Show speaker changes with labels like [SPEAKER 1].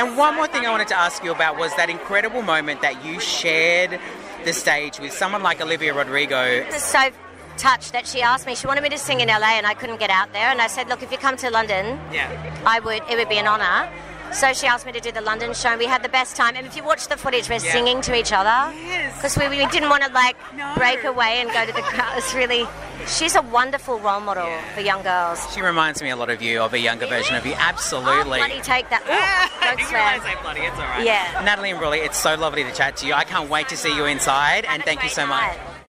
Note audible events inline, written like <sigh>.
[SPEAKER 1] And one more thing I wanted to ask you about was that incredible moment that you shared the stage with someone like Olivia Rodrigo.
[SPEAKER 2] was so touched that she asked me. She wanted me to sing in LA, and I couldn't get out there. And I said, "Look, if you come to London,
[SPEAKER 1] Yeah.
[SPEAKER 2] I would. It would be an honor." So she asked me to do the London show, and we had the best time. And if you watch the footage, we're
[SPEAKER 1] Yeah.
[SPEAKER 2] singing to each other
[SPEAKER 1] Yes.
[SPEAKER 2] because we, we didn't want to like
[SPEAKER 1] No.
[SPEAKER 2] break away and go to the crowd. It's really, she's a wonderful role model for young girls.
[SPEAKER 1] She reminds me a lot of you, of a younger version of you. Absolutely.
[SPEAKER 2] Oh, bloody take that!
[SPEAKER 1] <laughs>
[SPEAKER 2] Ooh, don't swear.
[SPEAKER 1] bloody, it's all right.
[SPEAKER 2] Yeah.
[SPEAKER 1] Natalie and Broly, it's so lovely to chat to you. I can't wait to see you inside, and
[SPEAKER 2] a
[SPEAKER 1] thank you
[SPEAKER 2] great
[SPEAKER 1] so much.
[SPEAKER 2] night.